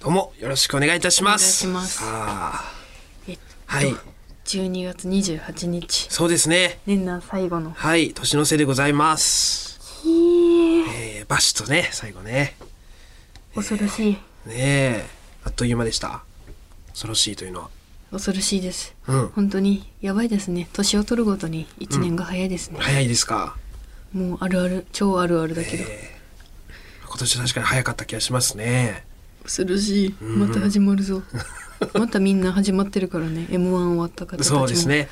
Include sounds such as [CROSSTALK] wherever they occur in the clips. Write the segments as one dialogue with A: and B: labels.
A: どうもよろしくお願いいたします。
B: お願いします
A: あ
B: えっと
A: あはい、
B: 12月28日
A: そうですね。
B: 年内最後の
A: はい、年の瀬でございます。
B: 日
A: えー、バシッとね、最後ね。
B: 恐ろしい
A: ねえ、あっという間でした。恐ろしいというのは。
B: 恐ろしいです
A: うん。
B: 本当にやばいですね年を取るごとに1年が早いですね、
A: 早いですか。
B: もうあるある超あるあるだけど、
A: えー、今年は確かに早かった気がしますね。
B: 恐ろしいまた始ま
A: [LAUGHS]
B: るぞまたみんな始まってるからね m 1終わった方たち
A: そうです
B: も
A: ね。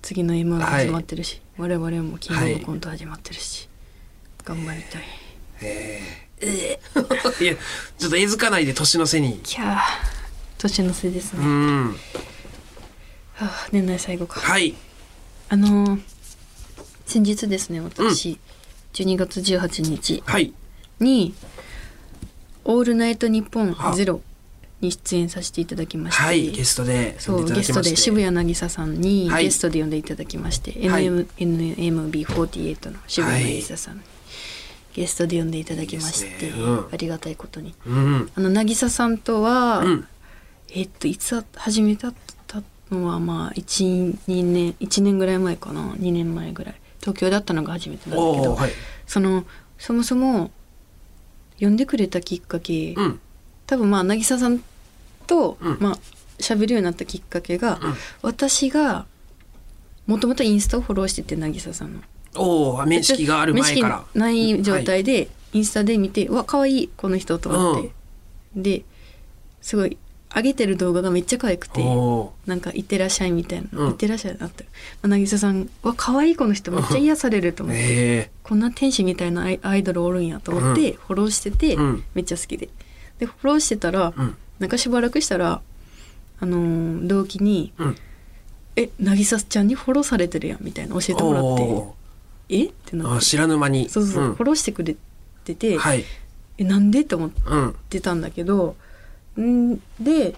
B: 次の m 1
A: はい
B: 始まってるし、我々もキングオブコント始まってるし、頑張りたい
A: [LAUGHS] いや、ちょっと絵づかないで年の瀬に。
B: キャー年の瀬ですね、
A: う
B: は
A: ん。
B: あ年内最後か
A: はい。
B: あのー先日ですね私、12月18日
A: はい。
B: に「オールナイトニッポン
A: あ
B: ゼロに出演させていただきまして、
A: はい。ゲストで呼
B: そ
A: ん
B: う
A: でいただ
B: ゲ
A: き
B: ス
A: まして。
B: トで渋谷渚さんに
A: はい
B: ゲストで呼んでいただきまして、
A: はい
B: NM NMB48 の渋谷渚さんにゲストで呼んでいただきまして
A: いいですねうん
B: ありがたいことに
A: うん。
B: あの渚さんとは、
A: うん。
B: えっといつ始めたのはまあ12年1年ぐらい前かな2年前ぐらい東京だったのが初めてなんだけ
A: お
B: ど、
A: おはい。
B: そのそもそも呼んでくれたきっかけ、
A: うん。
B: 多分まあ渚さんと、
A: うん
B: まあ喋るようになったきっかけが、
A: うん
B: 私がもともとインスタをフォローしてて渚さんの。
A: おお面識がある前から
B: 面。識ない状態でインスタで見て、うわ可愛いこの人と思って、ですごい上げてる動画がめっちゃ可愛くて
A: おお
B: なんか「いってらっしゃい」みたいな「
A: うん
B: いってらっしゃい」なってまあ渚さんは可愛いこの人めっちゃ癒されると思って、
A: え
B: こんな天使みたいなアイアイドルおるんやと思ってフォローしてて、
A: うん
B: めっちゃ好きででフォローしてたら、
A: えうん
B: なんかしばらくしたらあのー同期に
A: うん
B: 「え渚ちゃんにフォローされてるやん」みたいな教えてもらって
A: お
B: 「えっ?」てな
A: ーあ
B: って
A: 知らぬ間に
B: そうそうそう、
A: ん
B: フォローしてくれてて、
A: はい
B: えなんでって思っ
A: うん
B: てたんだけどんで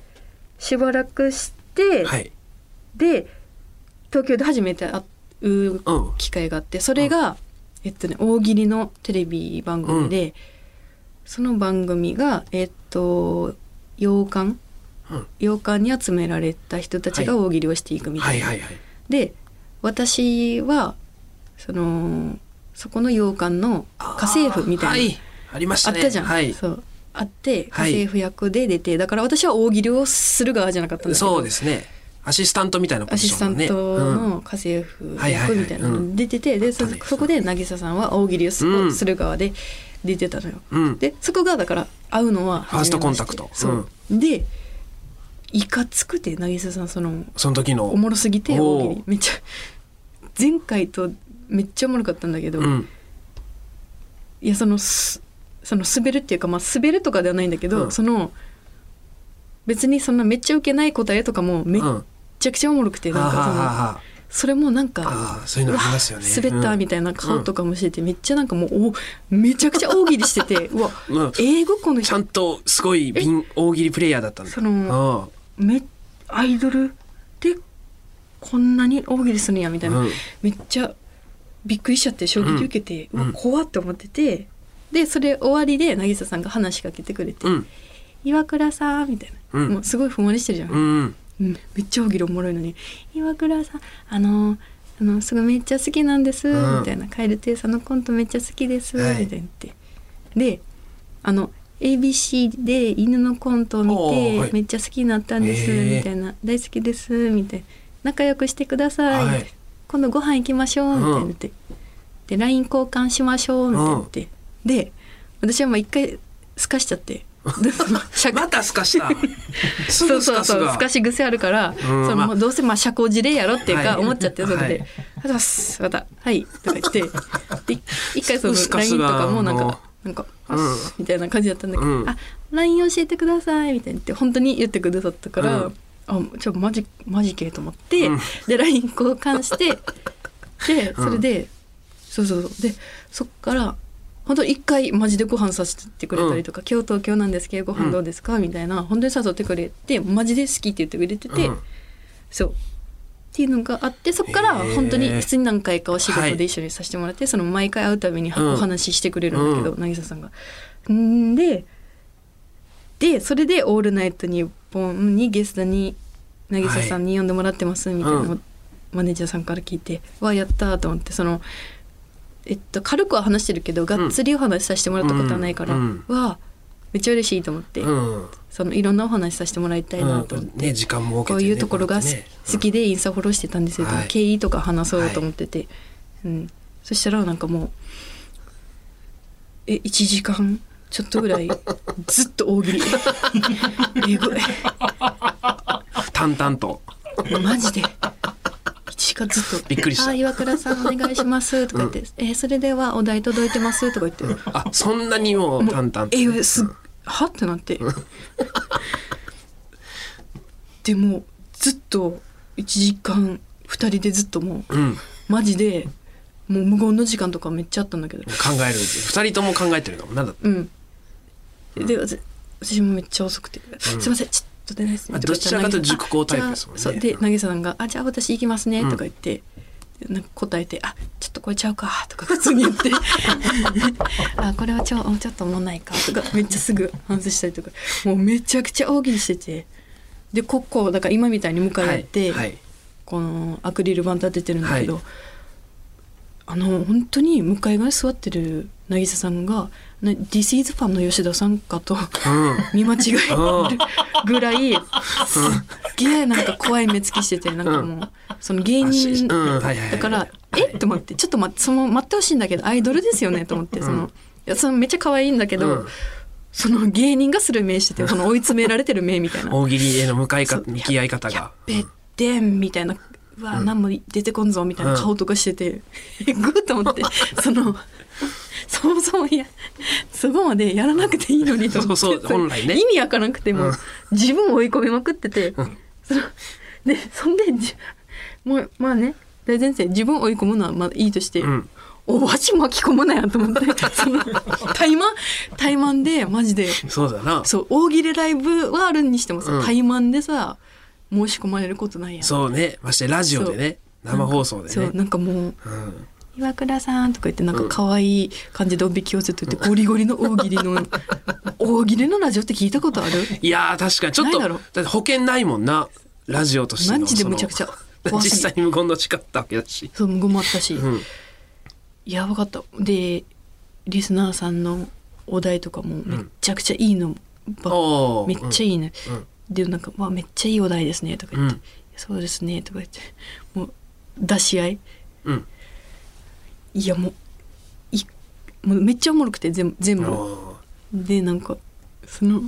B: しばらくして、
A: はい
B: で東京で初めて会う
A: うん
B: 機会があってそれが、えっとね大喜利のテレビ番組で、その番組がえっと洋館
A: うん
B: 洋館に集められた人たちが大喜利をしていくみた
A: はいい
B: な。
A: はいはい
B: で私はそのそこの洋館の家政婦みたいな。
A: はいありまし
B: あ
A: た
B: っ
A: ね
B: たじゃん、
A: はい
B: そうあって家
A: はい
B: 政婦役で出て、だから私は大喜利をする側じゃなかったんだけど
A: そうですねアシスタントみたいなポ
B: ア
A: ジ
B: シ
A: シ
B: ス
A: ョ
B: タ
A: ン
B: ン
A: ね
B: ト
A: うん
B: の家政婦役みたいな
A: はいはいはいうん
B: の出ててでそ
A: あったね
B: そこで渚さんは大喜利をす,、
A: うん
B: る側で出てたのよ。
A: うん
B: でそこがだから会うのは初めまして
A: ファーストコンタクト
B: そう、でいかつくて渚さんその
A: その時の
B: おもろすぎて
A: おー
B: 大喜利めっちゃ前回とめっちゃおもろかったんだけど、
A: うん
B: いやそのすその滑るっていうか、まあ、滑るとかではないんだけど、
A: うん
B: その別にそんなめっちゃウケない答えとかもめっ
A: うんは
B: ちゃくちゃおもろくて、
A: あ
B: なんかその
A: は
B: それもなん
A: あは
B: か
A: ああーそういうのありますよね
B: うわ滑ったみたいな顔とかもしてて、めっちゃなんかもうおめちゃくちゃ大喜利しててうわ
A: [LAUGHS] うんうん
B: 英語この
A: ちゃ
B: 人
A: んとすごい瓶大喜利プレイヤーだったんだ
B: そのめアイドルでこんなに大喜利するんやみた
A: う
B: い
A: ん
B: な、
A: うん
B: めっちゃびっくりしちゃって衝撃受けて、
A: うん
B: う
A: うん
B: わ怖って思っててでそれ終わりで渚さんが話しかけてくれて
A: うん
B: 岩倉さんみたいな、
A: うん
B: もうすごいふんわりしてるじゃん、うん
A: うん
B: めっちゃ大喜利おもろいのに「岩倉さんあのあのすごいめっちゃ好きなんです」
A: うん
B: みたいな「蛙亭さんのコントめっちゃ好きです」み
A: は
B: た
A: い
B: いな言って、であの ABC で犬のコントを見
A: おーは
B: て
A: い
B: めっちゃ好きになったんです、
A: へー
B: みたいな「大好きです」みたいな「仲良くしてください」
A: はい
B: みたいな今度ご飯行きましょう」みたいな言って、で LINE 交換しましょう」みたいな言って、で私はまあ一回すかしち
A: [LAUGHS]
B: ゃって。社
A: またすか
B: [LAUGHS]
A: したす
B: そう
A: ぐす
B: そう
A: かす
B: そう
A: が
B: 透かし癖あるから、
A: うん
B: その
A: まあ
B: もうどうせまあ社交辞令やろっていう
A: はい
B: か思っちゃってそれで「
A: はい
B: ありがとうございますまたはい」とか言ってで一回その
A: すか
B: LINE
A: す
B: と
A: が
B: かもなん
A: もう
B: か「なんか
A: うん
B: あみたいな感じだったんだけど「
A: うん
B: あ LINE 教えてください」みたいに言って本当に言ってくださったから
A: う
B: 「
A: ん
B: あちょマジマジけ」と思って、
A: うん
B: で LINE 交換してでそれで、そうそうそうでそっから本当に一回マジでご飯させてくれたりとか「今日東京なんですけどご飯どうですか?」みたいな本当に誘ってくれてマジで好きって言ってくれてて、
A: うん
B: そうっていうのがあってそっから
A: へー
B: 本当に普通に何回かお仕
A: はい
B: 事で一緒にさせてもらって、その毎回会うたびに
A: うん
B: お話ししてくれるんだけど、
A: う
B: 渚さんが。んででそれで「オールナイトニッポン」にゲストに渚さんに呼んでもらってますみたいなのを
A: うん
B: マネージャーさんから聞いて「わやった」と思ってその、えっと、軽くは話してるけどがっつりお話しさせてもらったことはないから、
A: うん
B: わめっちゃ嬉しいと思って、
A: うん
B: そのいろんなお話しさせてもらいたいなと思って。
A: ね時間も多け
B: こ
A: て
B: う
A: ね
B: いうところが
A: う
B: す
A: やってね
B: 好きでインスタフォローしてたんですよ、
A: はい
B: 経緯とか話そうと思ってて、うん、そしたらなんかもうえ1時間ちょっとぐら
A: [LAUGHS]
B: いずっと大喜利えぐ
A: うん淡々と
B: いマジで1時間ずっと
A: びっくりした
B: あ岩倉さんお願いします」とか言って、えそれではお題届いてます」とか言って、
A: あそんなにもう淡々と
B: えすっはってなってでもうずっと1時間2人でずっともう
A: うん考
B: マジでもう無言の時間とかめっちゃあったんだけど
A: える二人とも考えてるのなんだって
B: うんで私私もめっちゃ遅くて「すいませんちょっと出ないです
A: ま
B: ね」
A: あ
B: とか言た
A: どちら
B: ら
A: かというと熟考タイプですもんね
B: あじゃあそうで渚さんが「あじゃあ私行きますね」とか言って、なんか答えて「あちょっとこれちゃうか」とか普通に
A: [LAUGHS]
B: 言って「あこれはちょちょっともんないか」とかめっちゃすぐ反省したりとかもうめちゃくちゃ大喜利しててでここだから今みたいに向かい合って、
A: はいはい
B: このアクリル板立ててるんだけど、
A: はい
B: あの本当に向かい側に座ってる渚さんが「な This is ファンの吉田さんか」
A: [LAUGHS]
B: と。
A: うん
B: 見間違えるぐらいすっげえなんか怖い目つきしててなんかもうその芸人
A: うんはいはいはい
B: だから「えっ?」と思ってちょっと待ってその待ってほしいんだけどアイドルですよねと思ってそのいやそのめっちゃ可愛いんだけ
A: う
B: ど
A: ん
B: その芸人がする目しててその追い詰められてる目みたいな。
A: 大喜利への向かい
B: そ
A: か
B: う
A: 向き合い方が
B: べってんみたいな「うわ何も出てこんぞ」みたいな顔とかしてて、 [LAUGHS] えぐっと思
A: [LAUGHS]
B: ってそのそもそもいやそこまでやらなくていいのにと思って
A: [LAUGHS] そうそう本来ね
B: 意味わからなくても、自分を追い込みまくってて、そのでそんでじもうまあね大先生自分を追い込むのはまあいいとして。
A: ん
B: おわし巻き込むなやと思って
A: [LAUGHS]
B: その怠慢怠慢でマジで
A: そうだな
B: そう大喜利ライブはあるにしてもさ、
A: うん
B: 対マンでさ申し込まれることないやん
A: そうねましてラジオでね生放送で
B: そう
A: ね
B: なんかもう
A: うん
B: 「岩倉さん」とか言ってなんか可愛い感じでおびき寄せといて、ゴリゴリの大喜利の [LAUGHS] 大喜利のラジオって聞いたことある
A: いやー確かにちょっと
B: ないだ
A: だ
B: ろ
A: って保険ないもんなラジオとしての
B: マジで
A: その
B: むちゃくちゃ
A: [LAUGHS] 実
B: 怖すぎ
A: 際に無言の誓ったわけだし
B: そう無言もあったし、
A: うん
B: やばかったでリスナーさんのお題とかもめっちゃくちゃいいのばっ、
A: おー
B: めっちゃいいね、
A: うん
B: でなんか「わめっちゃいいお題ですね」とか言って「
A: うん
B: そうですね」とか言ってもう出し合い
A: うん
B: いやもういもうめっちゃおもろくて全部全
A: うん
B: 部
A: おー
B: でなんかその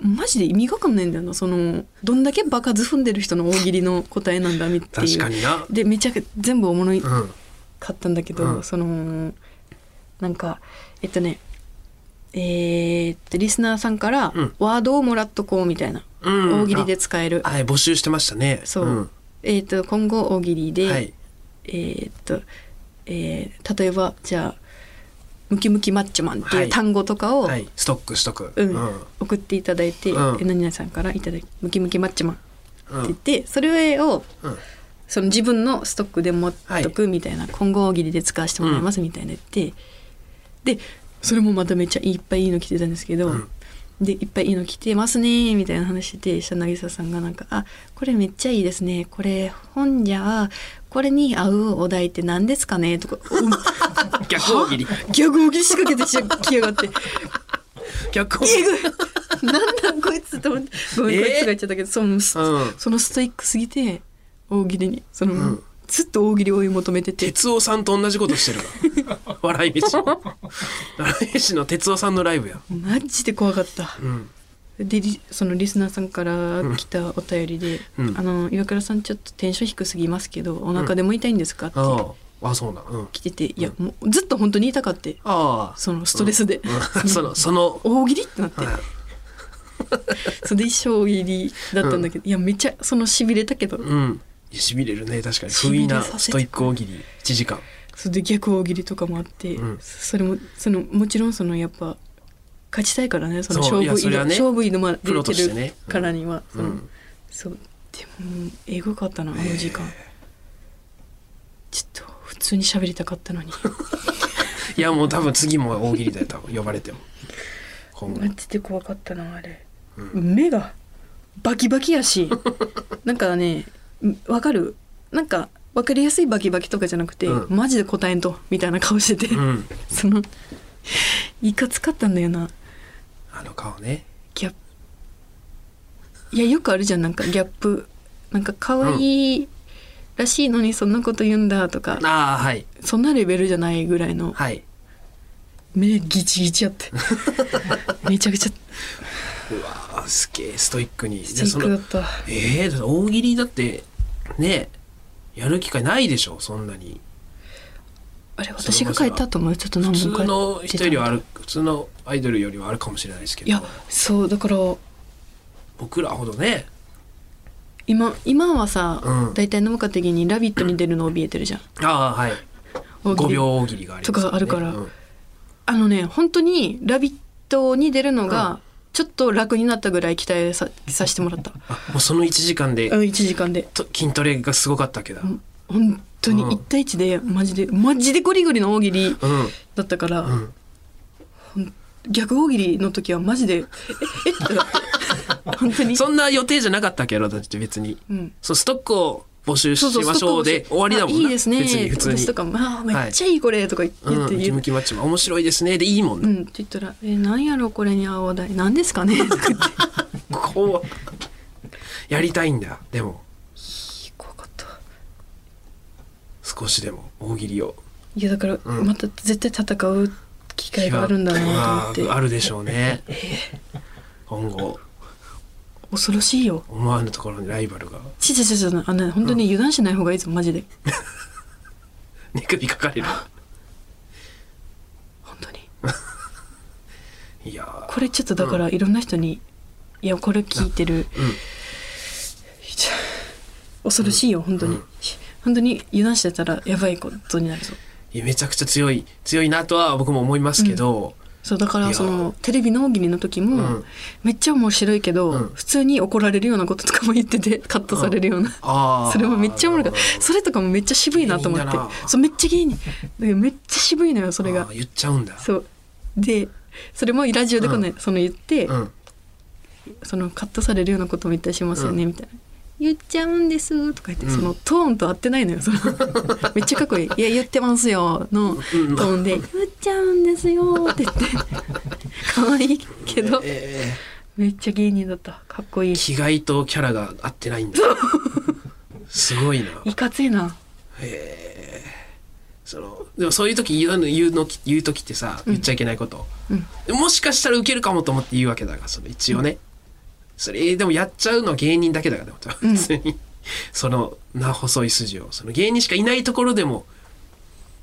B: マジで意味がわかんないんだよなそのどんだけバカず踏んでる人の大喜利の答えなんだみってい
A: 確か
B: う
A: にな
B: でめちゃく全部おもろい
A: うん
B: かったんだけど、
A: うん
B: そのなんかえっとねえーっとリスナーさんから
A: うん
B: ワードをもらっとこうみたいな、
A: うん
B: 大喜利で使える
A: はい募集してましたね
B: そう、
A: ん
B: えーっと今後大喜利で、
A: はい
B: えーっと、えー例えばじゃあ「ムキムキマッチョマン」ってい
A: は
B: う
A: い
B: 単語とかを、
A: はいストックしとく
B: うん
A: うん
B: 送っていただいて、
A: うん
B: え何々さんからいただいて「ムキムキマッチョマン」って
A: う
B: 言っ
A: ん
B: て、それを
A: うん
B: その自分のストックで持っとくみたいな、今後大喜利で使わせてもらいますみたいな言って、でそれもまためっちゃいっぱいいいの来てたんですけど、
A: ん
B: でいっぱいいいの来てますねみたいな話してした渚さんがなんか「あこれめっちゃいいですねこれ本じゃこれに合うお題って何ですかね?」とかお
A: 逆大喜
B: [LAUGHS]
A: 利
B: 逆大喜利仕掛けてきやがって
A: 逆
B: 「
A: 大喜
B: え
A: 利
B: ぐいなんだこいつ」と思ってごめん、
A: えー
B: こいつが言っちゃったけどそのス
A: うん
B: そのストイックすぎて大喜利にその、
A: ん
B: ずっと大喜利を追い求めてて
A: 哲夫さんと同じことしてる
B: [LAUGHS]
A: な笑い飯の笑い飯の哲夫さんのライブや
B: マジで怖かった。
A: うん
B: でリそのリスナーさんから来たお便りで「
A: うん
B: あの岩倉さんちょっとテンション低すぎますけどお腹でも痛いんですか?」って
A: あああそうなんうん
B: 来てて、いやもうずっと本当に痛かって
A: ああ
B: そのストレスで、
A: うんそのその
B: 大喜利ってなって、
A: は
B: [LAUGHS] それで一生大喜利だったんだけど、いやめっちゃそのしびれたけど、
A: うんしびれるね確かに
B: し
A: 不
B: びれ
A: 意な
B: させ
A: ス
B: て
A: トイック大喜利1時間
B: それで逆大喜利とかもあって、
A: うん
B: それもそのもちろんそのやっぱ勝ちたいからねその
A: そう
B: 勝
A: いや
B: 負
A: それは
B: 挑
A: ね
B: 勝負挑まれ
A: プロとしてね
B: てるからには、
A: うん
B: その
A: うん
B: そうでもえぐかったなあの時間、ちょっと普通に喋りたかったのに
A: いやもう多分次も大喜利だよ多分呼ばれても今後
B: マジで怖かったなあれ目がバキバキや
A: [LAUGHS]
B: しなんかねわかるなんかわかりやすいバキバキとかじゃなくて、
A: うん
B: マジで答えんとみたいな顔してて、
A: うん
B: [LAUGHS] そのいかつかったんだよな
A: あの顔ね
B: ギャップいやよくあるじゃんなんかギャップなんか可愛いらしいのにそんなこと言うんだとか、
A: ああはい
B: そんなレベルじゃないぐらいの
A: はい
B: 目ギチギチやって
A: [LAUGHS]
B: めちゃくちゃ
A: うわあすげえストイックに
B: スティックだった
A: ええー、だって大喜利だってねやる機会ないでしょそんなに
B: あれ私が書いたと思うよちょっと何
A: 普
B: 本
A: 通
B: か
A: の人よりはあ
B: る
A: る普通のアイドルよりはあるかもしれないですけ
B: いや
A: ど
B: そうだから
A: 僕らほどね
B: 今今はさ、
A: うん
B: 大体農家的に「ラビット!」に出るの怯えてるじゃん
A: ああはい
B: 大喜
A: 5
B: 利
A: 秒大喜利があります
B: とかあるから
A: うん
B: あのね本当に「ラビット!」に出るのがちょっと楽になったぐらい期待ささせてもらった
A: あもうその1時間で
B: あの1時間で
A: と筋トレがすごかったわけど
B: うん本当に
A: うん
B: 1対1でマジでマジでゴリゴリの大喜利
A: うん
B: だったから、
A: うん
B: 逆大喜利の時はマジで「ええっ?」て
A: [LAUGHS]
B: なって本当に
A: そんな予定じゃなかったわけどだって別に
B: うん
A: そうストックを募集し
B: そうそう
A: ましょうで
B: ストップ
A: 終わりだもん
B: あ
A: ない
B: いですね
A: 別に普通に
B: 私とか「まあめっちゃいいこれ」とか言って
A: うん
B: 言っ
A: ム
B: て
A: キ
B: 言
A: ム
B: う
A: キマッチも面白いですねでいいもん
B: う
A: ね
B: んって言ったら「えなんやろこれに青だいなんです
A: [LAUGHS]
B: かね?」とか言って
A: こうやりたいんだでも
B: 怖かった
A: 少しでも大喜利を
B: いやだから
A: うん
B: また絶対戦う機会があるんだなと思
A: まあ
B: っ
A: あ
B: て
A: るでしょうね今後
B: 恐ろしいよ
A: 思わぬところにライバルが
B: ちちちちあのね本当に油断しない方がいいぞマジで
A: 寝首かかれる
B: 本当に
A: いやー
B: これちょっとだからいろんな人にいやこれ聞いてる
A: うん
B: ちょ恐ろしいよ本当に本当に油断してたらやばいことになるぞ
A: いやめちゃくちゃ強い強いなとは僕も思いますけど、
B: そうだか
A: い
B: ら
A: や
B: そのテレビの大喜利の時も、
A: うん
B: めっちゃ面白いけど、
A: うん
B: 普通に怒られるようなこととかも言っててカットされるような、
A: ああ
B: それもめっちゃおもろかったそれとかもめっちゃ渋いなと思って
A: 芸人だな
B: そうめっちゃ芸人だからめっちゃ渋いのよそれが
A: 言っちゃうんだ
B: そうでそれもラジオでこの、その言って、
A: うん
B: そのカットされるようなことも言ったりしますよね、みたいな。言っちゃうんですとか言って、
A: うん
B: そのトーンと合ってないのよその [LAUGHS] めっちゃかっこいい「いや言ってますよ」のト
A: うん
B: ーンで「言っちゃうんですよ」って言って [LAUGHS] 可愛いけど
A: え
B: めっちゃ芸人だったかっこいい
A: ー、気概とキャラが合ってないんだすごいない
B: かついな
A: そのでもそういう時言うの言うの言う時ってさ言っちゃいけないこと、もしかしたらウケるかもと思って言うわけだからその一応ね、それでもやっちゃうのは芸人だけだからね本当は普通に、そのな細い筋をその芸人しかいないところでも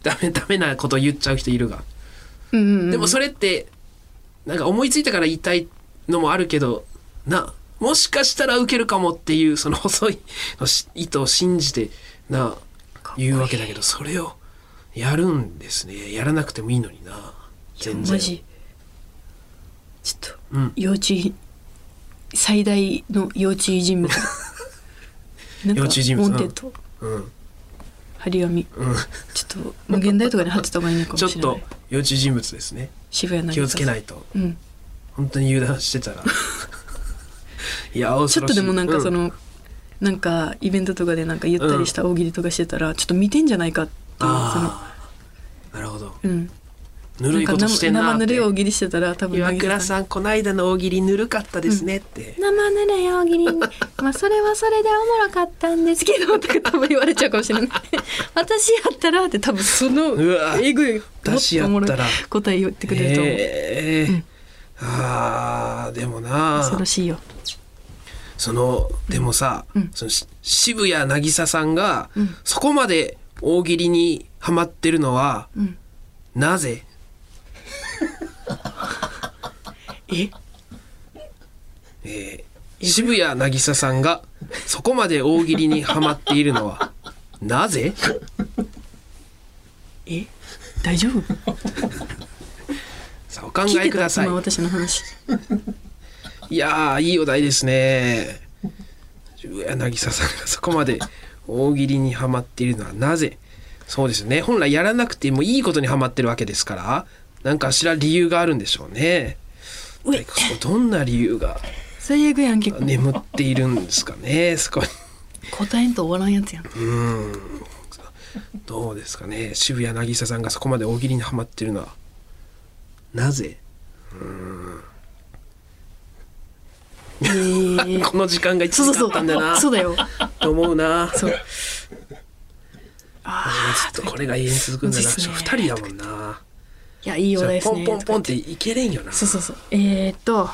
A: ダメダメなこと言っちゃう人いるが
B: うんうん
A: でもそれってなんか思いついたから言いたいのもあるけどなもしかしたらウケるかもっていうその細いのし意図を信じてな
B: かっこいい
A: 言うわけだけどそれをやるんですねやらなくてもいいのにな全然
B: マジちょっと、
A: うん
B: 幼稚最大の幼稚人物
A: [LAUGHS]
B: なんか
A: 幼稚人物
B: モンテッド
A: うん
B: 張り紙、
A: うん
B: ちょっと無限大とかに貼ってた方がいいのかもし
A: ちょ
B: れ
A: っ
B: ない
A: と幼稚人物ですね
B: 渋谷、
A: 気をつけないいと
B: うん、
A: 本当に油断してた
B: [LAUGHS]
A: らいや恐ろしい
B: ちょっとでもなんかそ
A: うん
B: の、なんかイベントとかでなんかゆったりした大喜利とかしてたら、ちょっと見てんじゃないかっていうその
A: ああなるほど
B: うん
A: ぬるい
B: な
A: こ
B: んか
A: としてんな
B: 生
A: っ
B: ぬるい
A: て
B: 大喜利してたら多分
A: 岩倉さんこないだの大喜利ぬるかったですねって、
B: 生ぬるい大喜利にまあそれはそれでおもろかったんですけどとか多分言われちゃうかもし
A: [LAUGHS]
B: れない私やったらって多分その
A: うわ
B: えぐいもっ
A: 私や
B: とお
A: っ
B: もろい
A: たら
B: 答え言ってくれると思う、
A: ええあーでもな
B: 恐ろしいよ
A: そのでもさ、
B: うん
A: そのし渋谷渚さんが、
B: うん
A: そこまで大喜利にハマってるのは
B: うん
A: なぜ
B: え
A: えー渋谷渚さんがそこまで大喜利にハマっているのはなぜ
B: え大丈夫
A: さあお考
B: 聞い
A: え
B: て
A: くだ
B: た
A: さい
B: 今私の話
A: いやーいいお題ですね渋谷渚さんがそこまで大喜利にハマっているのはなぜそうですね本来やらなくてもいいことにハマってるわけですから何かしら理由があるんでしょうね
B: うえ
A: どんな理由が
B: 最悪やんけ
A: 眠っているんですかねそこに
B: 答えんと終わらんやつやん
A: うんどうですかね渋谷渚さんがそこまで大喜利にはまってるのはなぜ
B: えー
A: この時間が一
B: そうそ
A: 時間あ
B: うそ
A: ったんだよ
B: う
A: な
B: そうだよ
A: と思うな
B: [LAUGHS] そ
A: [LAUGHS]
B: う
A: ずっとこれが永遠に続くんだな
B: そうですね
A: 2人だもんない
B: やいいお題です
A: ポ
B: ね
A: ンポンポンっていけれんよな
B: そうそうそうえー、っと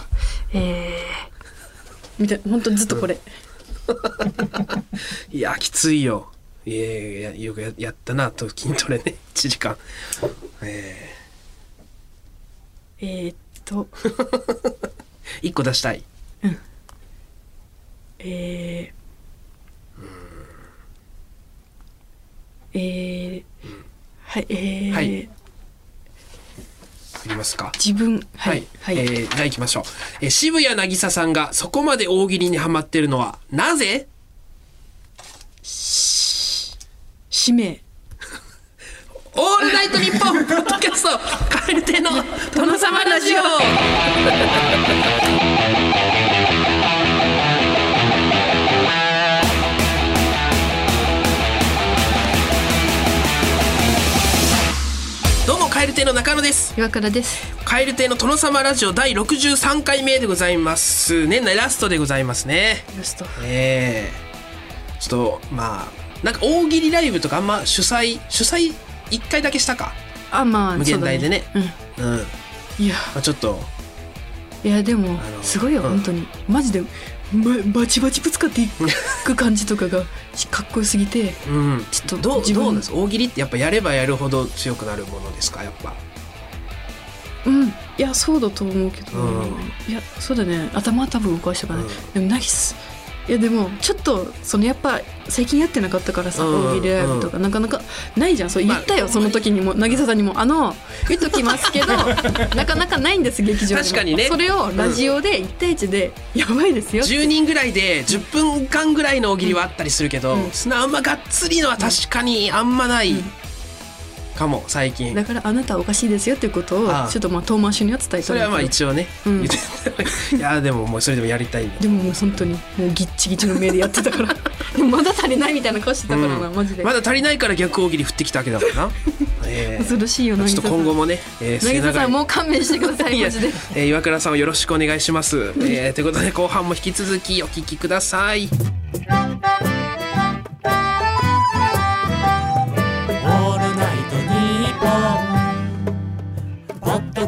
B: えー、みたいな本当ずっとこれ、
A: いやきついよいやいやいやよくややったなと筋トレね1時間 [LAUGHS] え
B: えー、っと
A: 1個出したい
B: えー、えー、はいえー
A: はいいりますか
B: 自分はいは、
A: はいい、えーじゃあ行きましょう、えー渋谷渚さんがそこまで大喜利にはまってるのはなぜ
B: 使命
A: オールナイトニッポンポッドキャスト蛙亭の殿様ラジオどうも蛙亭の中野です
B: 岩倉です
A: 蛙亭の殿様ラジオ第63回目でございます年内ラストでございますね
B: よしと
A: ええちょっとまあなんか大喜利ライブとかあんま主催主催1回だけしたか
B: あまあ
A: 無限大でね
B: そうだ
A: うん、ま
B: うんいや
A: あ、ちょっと
B: いやでも
A: あの
B: すごいよ、
A: うん
B: 本当にマジで、ばバチバチぶつかっていく感じとかがかっこよすぎて
A: うん
B: ちょっと
A: どう
B: 自分
A: どうなんです大喜利ってやっぱやればやるほど強くなるものですかやっぱ
B: うんいやそうだと思うけど、
A: うん
B: いやそうだね頭は多分動かしてかね、
A: うん
B: でもナイスいやでもちょっとそのやっぱ最近やってなかったからさ、
A: うん
B: 大喜利ライブとかなかなかないじゃんそう言ったよ、
A: まあ
B: その時にも渚さんにも「あの言っときま
A: [LAUGHS]
B: すけどなかなかないんです劇場でも
A: 確かにね
B: それをラジオで1対1で「やばいですよ」
A: 10人ぐらいで10分間ぐらいの大喜利はあったりするけど、
B: うん
A: そんなあんまがっつりのは確かにあんまない
B: うん
A: かも最近、
B: だからあなたはおかしいですよっていうことを
A: ああ
B: ちょっとまあ遠回しには伝えた
A: そ
B: ん
A: れ
B: だけど
A: はまあ一応ね、
B: うん
A: 言って [LAUGHS] いやでももうそれでもやりたいんだ
B: でももう本当にもうギッチギチの目でやってたから [LAUGHS] でもまだ足りないみたいな顔してたからな、
A: うん
B: マジで、
A: まだ足りないから逆大喜利振ってきたわけだから
B: [LAUGHS]
A: な、ええ
B: 恐ろしいよ
A: ちょっと今後
B: も
A: もね、えー、末
B: 渚さ
A: 永
B: ん
A: い
B: もう勘弁してくださいマジで
A: えー岩倉さんをよろしくお願いします。えー、ということで後半も引き続きお聞きください。
C: オールナイトニッポン」ポッド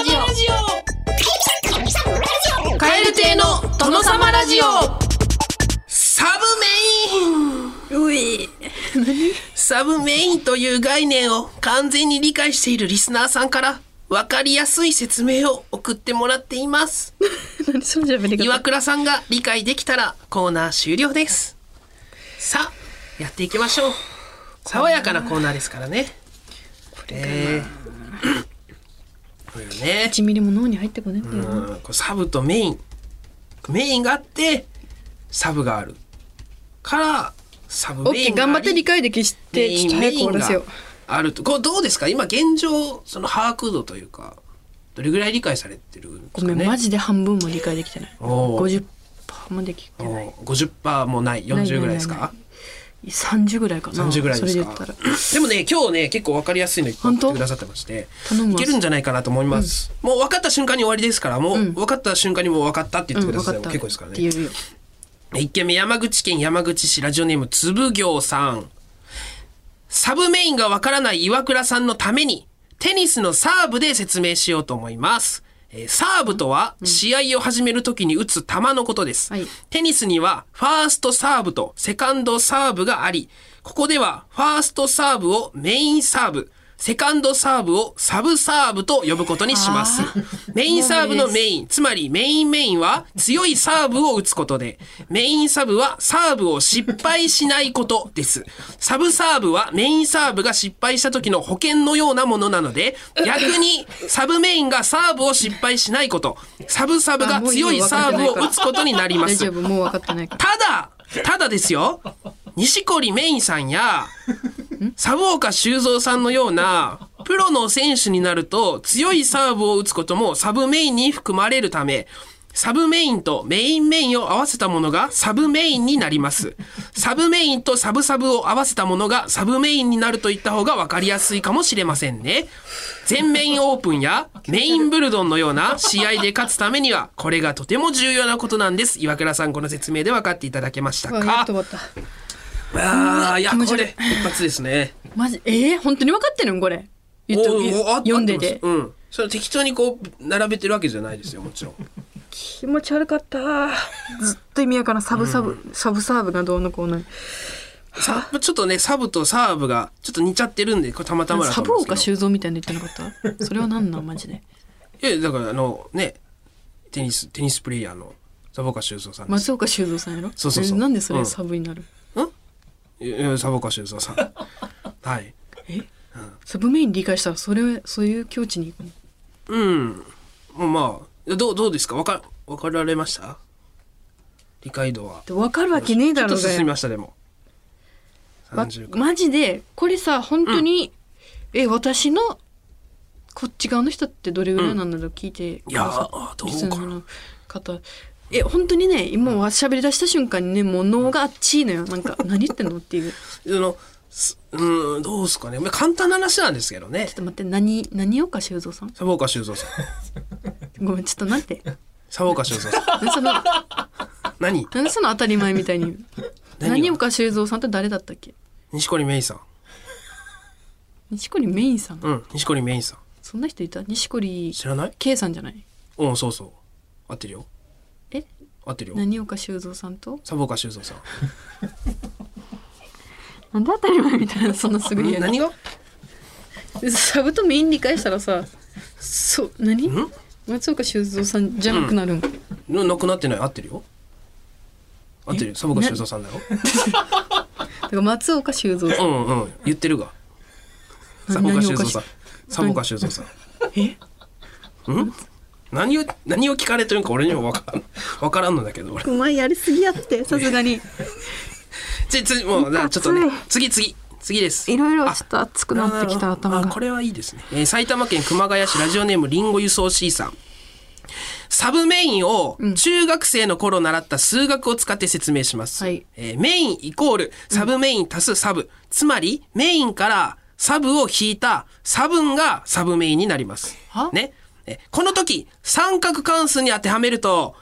D: ジオカエル亭の殿様ラジオ
A: サブメイン
B: うい
A: サブメインという概念を完全に理解しているリスナーさんから分かりやすい説明を送ってもらっています。
B: 何その喋り
A: 岩
B: 方
A: 倉さんが理解できたらコーナー終了です。さあ、やっていきましょう。爽やかなコーナーですからね。これえーこれね。
B: 1ミリも脳に入ってこないんだよな、
A: うんこうサブとメインメインがあってサブがあるからサブ
B: オッ
A: メイ
B: ケ
A: ン
B: ー
A: があり
B: 頑張って理解できし
A: メ
B: て
A: イ
B: ちょ
A: ン
B: っと
A: メ
B: 早
A: イ
B: く終わ
A: ン
B: らせよ
A: が
B: う
A: あるとこうどうですか今現状その把握度というかどれぐらい理解されてるんです
B: ご
A: かね
B: めんマジで半分も理解できてない
A: おー
B: 50%もできてない
A: お50%もない40ぐらいです
B: ないない
A: か
B: 30ぐらいかな
A: 30ぐらいですか
B: それで言ったら
A: でもね今日ね結構分かりやすいのいっぱい送って
B: 本当
A: くださってまして
B: 頼む
A: い
B: わ
A: けるんじゃないかなと思います、もう分かった瞬間に終わりですからもう分かった瞬間にもう分かったって言ってくださっても結構ですからね
B: って言うよ
A: 一軒目山口県山口市ラジオネームつぶぎょうさんサブメインがわからない岩倉さんのためにテニスのサーブで説明しようと思います、えーサーブとは試合を始めるときに打つ球のことです、
B: はい
A: テニスにはファーストサーブとセカンドサーブがありここではファーストサーブをメインサーブセカンドサーブをサブサーブと呼ぶことにします。メインサーブのメイン、つまりメインメインは強いサーブを打つことで、メインサブはサーブを失敗しないことです。サブサーブはメインサーブが失敗した時の保険のようなものなので、逆にサブメインがサーブを失敗しないこと、サブサブが強いサーブを打つことになりま
B: 大
A: す
B: 丈。夫もう分かってないか
A: た
B: ら
A: だ、ただですよ、 [LAUGHS] 錦織メインさんや、サブ岡修造さんのような、プロの選手になると、強いサーブを打つこともサブメインに含まれるため、サブメインとメインメインを合わせたものがサブメインになります。サブメインとサブサブを合わせたものがサブメインになると言った方が分かりやすいかもしれませんね。全メインオープンやメインブルドンのような試合で勝つためには、これがとても重要なことなんです。岩倉さん、この説明で分かっていただけました
B: うわやっ
A: か
B: と終わった
A: ああ、いや、
B: 気持
A: こ
B: ち悪い
A: れ、一発ですね。
B: マジえー、本当に分かってるんこれ言っ
A: おう
B: と
A: おうあ
B: 読んで
A: 合ってますうん。それ適当にこう、並べてるわけじゃないですよ、もちろん。
B: 気持ち悪かったずっと意味やからんサブサブ、サブサーブがどうのこうの
A: サブちょっとね、サブとサーブが、ちょっと似ちゃってるんで、これたまたまだと
B: サ
A: 思
B: ブ
A: うんで
B: 岡
A: すけど。
B: 修造みたいなの言ってなかったそれは何なんマジ
A: [LAUGHS]
B: で
A: いや、だから、あの、ね、テニス、テニスプレイヤーの、サボカ修造さんです。
B: 松岡修造さんやろ
A: そうそうそう
B: えなんでそれ
A: うん
B: サブになる、
A: いやサボカ修造 [LAUGHS] さん。はい。
B: サブメイン理解したらそれそういう境地に行くの
A: うん。まあ、どう、どうですかわか、わかられました理解度は。
B: で分かるわけねえ
A: ち
B: だ
A: ょっ
B: ろ
A: と
B: うが
A: 進み
B: や
A: ました、でも。
B: わ
A: 30か。
B: マジでこれさ本当に、え私のこっち側の人ってどれぐらいなんだろう聞いてく
A: いや
B: ださ
A: ーどうかな
B: リスナーの方え本当にね今は喋り出した瞬間にねもう脳があっちいのよなんか [LAUGHS] 何言ってんのっていうちょ
A: その、すうん、どうですかね。まあ簡単な話なんですけどね
B: っ。と待って何何岡修造さん
A: サボカ修造さん。
B: ごめんちょっとなんて
A: サボカ修造さん。 [LAUGHS]
B: 何その
A: 何
B: 何その当たり前みたいに言う
A: 何を
B: 何岡修造さんって誰だったっけ
A: 錦織メイさん。
B: 錦織メインさん、
A: うん、錦織メイさん。
B: そんな人いた錦織
A: 知らない
B: K さんじゃない
A: うん、そうそう。合ってるよ。
B: え
A: 合ってるよ。
B: 何岡修造さんと
A: サボカ修造さん。
B: なんで当たり前みたいなそんなすぐに
A: ん
B: やる
A: 何が
B: サブとメイン理解したらさそう何
A: ん
B: 松岡修造さんじゃなくなるん、
A: ななくなってない。合ってるよ。合ってるよ。サボカ修造さんだよ。
B: だから松岡修造さん
A: うんうん。言ってるが。
B: な
A: サボカ
B: 何
A: 修
B: を
A: 造さん
B: か。
A: サボカ修造さん。
B: え
A: うん何を、何を聞かれてるのか俺にもわからん、 [LAUGHS] わからんのだけど、俺。
B: お前やりすぎやってさすがに
A: ち、ち、もう、なちょっとね、次、次、次です。
B: いろいろちょっと熱くなってきた
A: あ
B: 頭
A: あ
B: が
A: これはいいですね、えー埼玉県熊谷市ラジオネームりんご輸送 C さんサブメインを中学生の頃習った数学を使って説明します、
B: はい
A: えーメインイコールサブメイン足すサブ、つまりメインからサブを引いた差分がサブメインになります
B: は
A: ねえこの時三角関数に当てはめると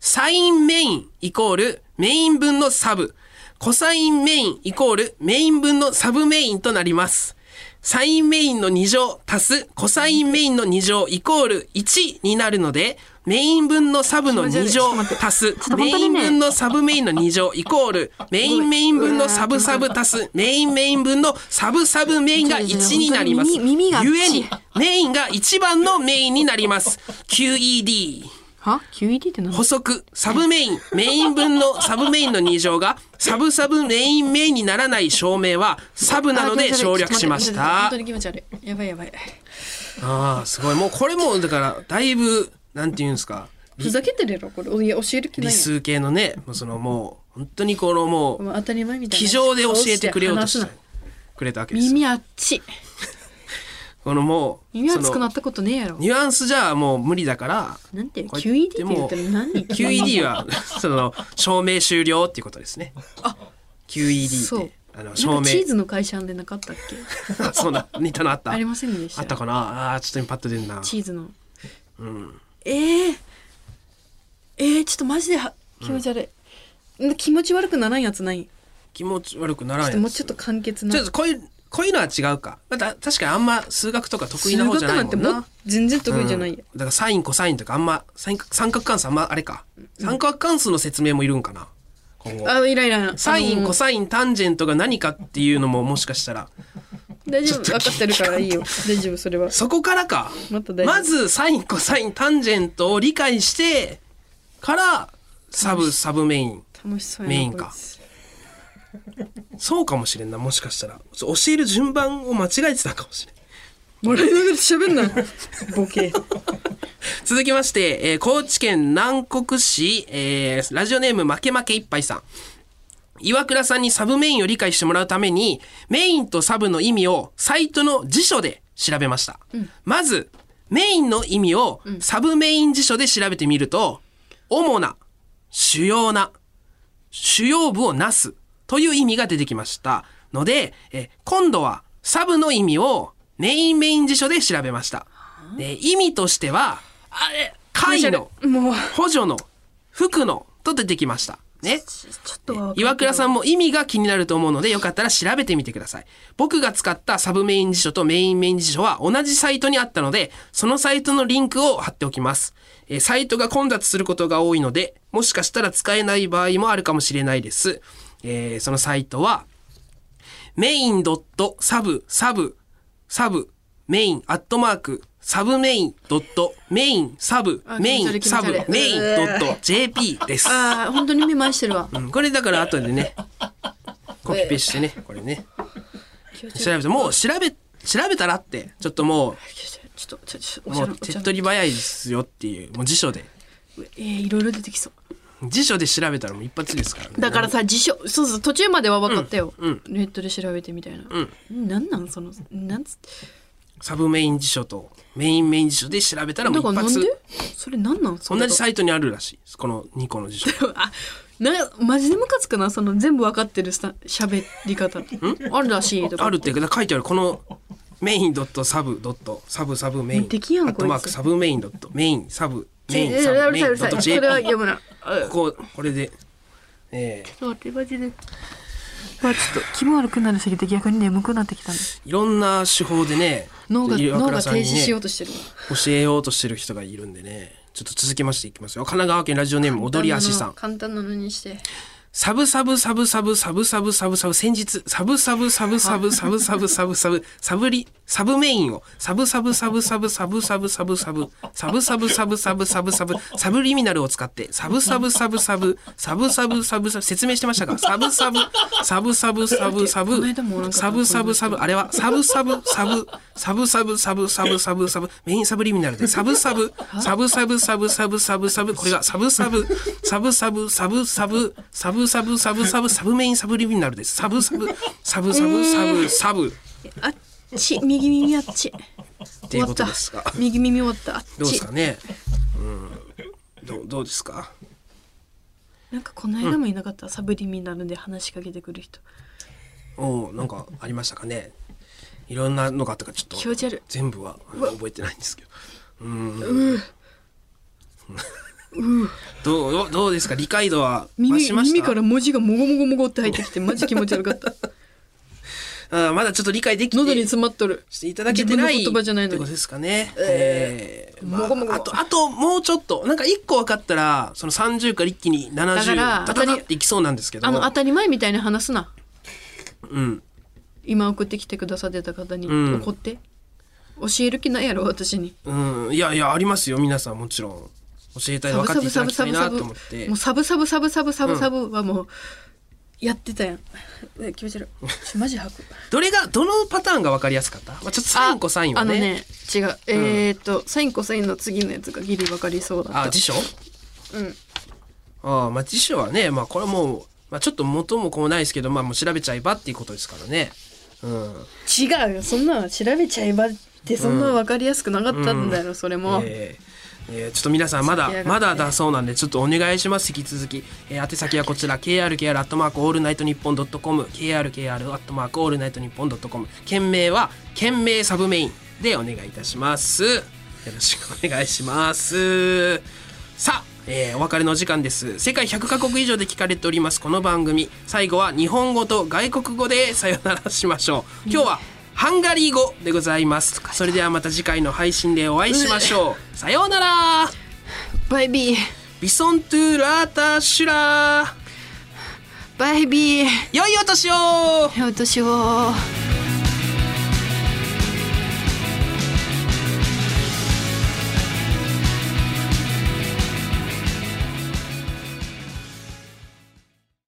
A: サインメインイコールメイン分のサブコサインメインイコールメイン分のサブメインとなりますサインメインの2乗足すコサインメインの2乗イコール1になるのでメイン分のサブの2乗足すメイン分のサブメインの2乗イコールメインメイン分のサブサブ足すメインメイン分のサブサブメインが1になります。
B: ちょっと耳耳が
A: ゆえにメインが一番のメインになります。QED。
B: は QED って何
A: 補足、サブメイン、メイン分のサブメインの2乗が、サブサブメインメインにならない証明は、サブなので省略しまし
B: 本
A: た
B: 当。に気持ち悪いやばいやばい
A: ああ、すごい。もうこれも、だから、だいぶ、なんていうんですか、
B: ふざけてるやろこれいや教える気
A: 理
B: ないやん
A: 数系のね、もうそのもう、本当にこのもう、
B: もう当たり前みたいな
A: 机上で教えてくれようと
B: 話す
A: し
B: な
A: て、くれたわけですよ。
B: 耳あっち
A: このもう、
B: 耳
A: そ
B: 熱くな
A: の
B: ったことねえやろ
A: ニュアンスじゃもう無理だ
B: [LAUGHS]
A: から、
B: なんていう
A: こ
B: QED
A: う
B: っ
A: や
B: て
A: て
B: 言ったら何
A: QED はその証明終了っていうことですね。QED
B: そ
A: っ
B: う
A: てあの
B: な
A: 証
B: ん
A: 明
B: かチーズの会社でなかったっけ
A: [LAUGHS] そうな似たのあった。
B: ありませんでした
A: あったかなあーちょっと今パッと出るな。
B: チーズの、えー、えー、ちょっとマジでは気持ち悪い、ん気持ち悪くならんやつない
A: 気持ち悪くならな
B: ちょっ
A: い
B: ともうちょっと簡潔な
A: ちょっとこういうこういうのは違うか。また確かにあんま数学とか得意な方じゃないもん
B: 数
A: な。
B: 学なんてもう全然得意じゃないよ、
A: うんだからサインコサインとかあんま三角三角関数あんまあれか。三角関数の説明もいるんかな。今後。
B: あイライラ
A: サイン、
B: こ
A: コサイン、タンジェントが何かっていうのももしかしたら
B: 大丈夫分かってるからいいよ大丈夫それは
A: そこからか。
B: また大丈夫
A: まず、サイン、コサイン、タンジェントを理解して、から、サブ、サブメイン。
B: 楽しそうやな
A: メインか
B: こいつ
A: そうかもしれんな、もしかしたら。そう教える順番を間違えてたかもしれん。
B: もらいながら喋んなボケ
A: 続きまして、えー高知県南国市、えーラジオネーム負け負けいっぱいさん。岩倉さんにサブメインを理解してもらうために、メインとサブの意味をサイトの辞書で調べました。まず、メインの意味をサブメイン辞書で調べてみると、主な、主要な、主要部をなすという意味が出てきましたので、え今度はサブの意味をメインメイン辞書で調べました。で意味としては、あえ、解の、
B: もう
A: 補助の、服のと出てきました。ね。
B: ちょっとは分か
A: 岩倉さんも意味が気になると思うのでよかったら調べてみてください僕が使ったサブメイン辞書とメインメイン辞書は同じサイトにあったのでそのサイトのリンクを貼っておきますえーサイトが混雑することが多いのでもしかしたら使えない場合もあるかもしれないです、えーそのサイトは main.sub.sub.main. サブメインドットメインサブ
B: あ
A: メイ
B: 気持
A: ン
B: ち悪
A: サブ
B: い気持ち悪い
A: メインドット JP です。
B: あー本当に目回してるわ
A: うんこれだから後でねコピペしてねこれね
B: 気持ち
A: 調
B: 悪い
A: べてもう調べ調べたらってちょっとも
B: ちょっとちょちょ
A: う
B: お
A: も
B: 茶
A: う
B: の
A: 手っ取り早いですよっていうもう辞書で
B: えーいろいろ出てきそう
A: 辞書で調べたらもう一発ですからね
B: だからさ辞書そうそう途中までは分かったよ、
A: うん
B: ネットで調べてみたいな、なんなんそのなんつって
A: サブメイン辞書とメインメイン辞書で調べたらもう
B: だか
A: 一
B: らなんで
A: 発
B: それなんなんそれ
A: 同じサイトにあるらしいですこの2個の辞書
B: あなマジでムカつくなその全部分かってるスタ喋り方あるらしいとか
A: あるっていうか書いてあるこのメインドットサブドットサブサブメイン
B: 無敵やん
A: アットマーク
B: こいつ
A: サブメインドットメインサブメイ
B: え
A: ン
B: え
A: サブメイ
B: う
A: ン
B: る
A: ドッ
B: さい
A: ト
B: うるさいそれは
A: JP
B: 読むなあ
A: こうこれでえー、
B: ちょっと待ってマジでまあちょっと気も悪くなりすぎて逆に眠くなってきたね
A: いろんな手法でね、
B: 脳が
A: 岩
B: 脳
A: 倉
B: が
A: さ
B: 停
A: んに
B: 止しよう
A: ね、
B: としてる
A: 教えようとしてる人がいるんでね、ちょっと続きましていきますよ。神奈川県ラジオネーム踊り足さん。
B: 簡単なのにして
A: サブサブサブサブサブサブサブサブ先日サブサブサブサブサブサブサブサブサブリサブメインをサブサブサブサブサブサブサブサブサブサブサブサブサブサブサブリミナルを使ってサブサブサブサブサブサブサブサブ説明してましたがサブサブサブサブサブサブサブサブサブあれはサブサブサブサブサブサブサブサブサブメインサブリミナルでサブサブサブサブサブサブサブサブこれがサブサブサブサブサブサブサブサブサブサブサブメインサブリミナルですサブサブサブサブサブサブ
B: あっち右耳あっち
A: っていうことですが
B: 右耳終わったあっ
A: どうで
B: ち
A: すかねうんどうどうですか
B: なんかこの間もいなかった、サブリミナルで話しかけてくる人
A: おーなんかありましたかねいろんなのがあったからちょっと
B: 気持ち悪い
A: 全部はあの覚えてないんですけどうーんどうどうですか理解度は増
B: 耳
A: しまし
B: 耳
A: た
B: から文字がもごもごもごって入ってきてマジ気持ち悪かった
A: あーまだちょっと理解できて
B: 喉に詰まっとる
A: していただけてない
B: 自分の言葉じゃないの
A: って
B: に
A: ことですかね。えーま
B: もごもご
A: あ、あとあともうちょっとなんか一個分かったらその30から一気に
B: か
A: 70
B: ら
A: ダダダっていきそうなんですけど
B: あの当たり前みたいに話すな
A: うん、
B: 今送ってきてくださってた方に
A: ん
B: 怒って、教える気ないやろ私に
A: うん、いやいやありますよ皆さんもちろん教えたい
B: サ
A: 分
B: ブ
A: かっ
B: サ
A: て
B: ブ
A: いただきた
B: サブサ
A: い
B: ブ
A: な
B: サ
A: と
B: ブ
A: 思って
B: もうサブサブサブサブサブサブはもうやってたやんね気持ち悪いちょマジ吐く
A: どれがどのパターンが分かりやすかった、まあ、ちょっとサインコサインは
B: あの
A: ね
B: ね違うえー、っとサインコサインの次のやつがギリ分かりそうだった
A: あ辞書
B: うん
A: ああまあ辞書はねまあこれはもう、まあ、ちょっと元も子もないですけどまあもう調べちゃえばっていうことですからねうん
B: 違うよそんなの調べちゃえばってそんな分かりやすくなかったんだよ、それも、
A: えーえーちょっと皆さんまだ
B: 付き合いが
A: ま
B: ね
A: だだそうなんでちょっとお願いします引き続き、えー宛先はこちら krkr アットマークオールナイトニッポンドットコム krkr アットマークオールナイトニッポンドットコム件名は件名サブメインでお願いいたしますよろしくお願いしますさあえーお別れの時間です世界100カ国以上で聞かれておりますこの番組最後は日本語と外国語でさよならしましょう今日はハンガリー語でございますそれではまた次回の配信でお会いしましょうさようなら
B: バイビー
A: ビソントゥーラータシュラー
B: バイビー
A: 良いお年を
B: お年を。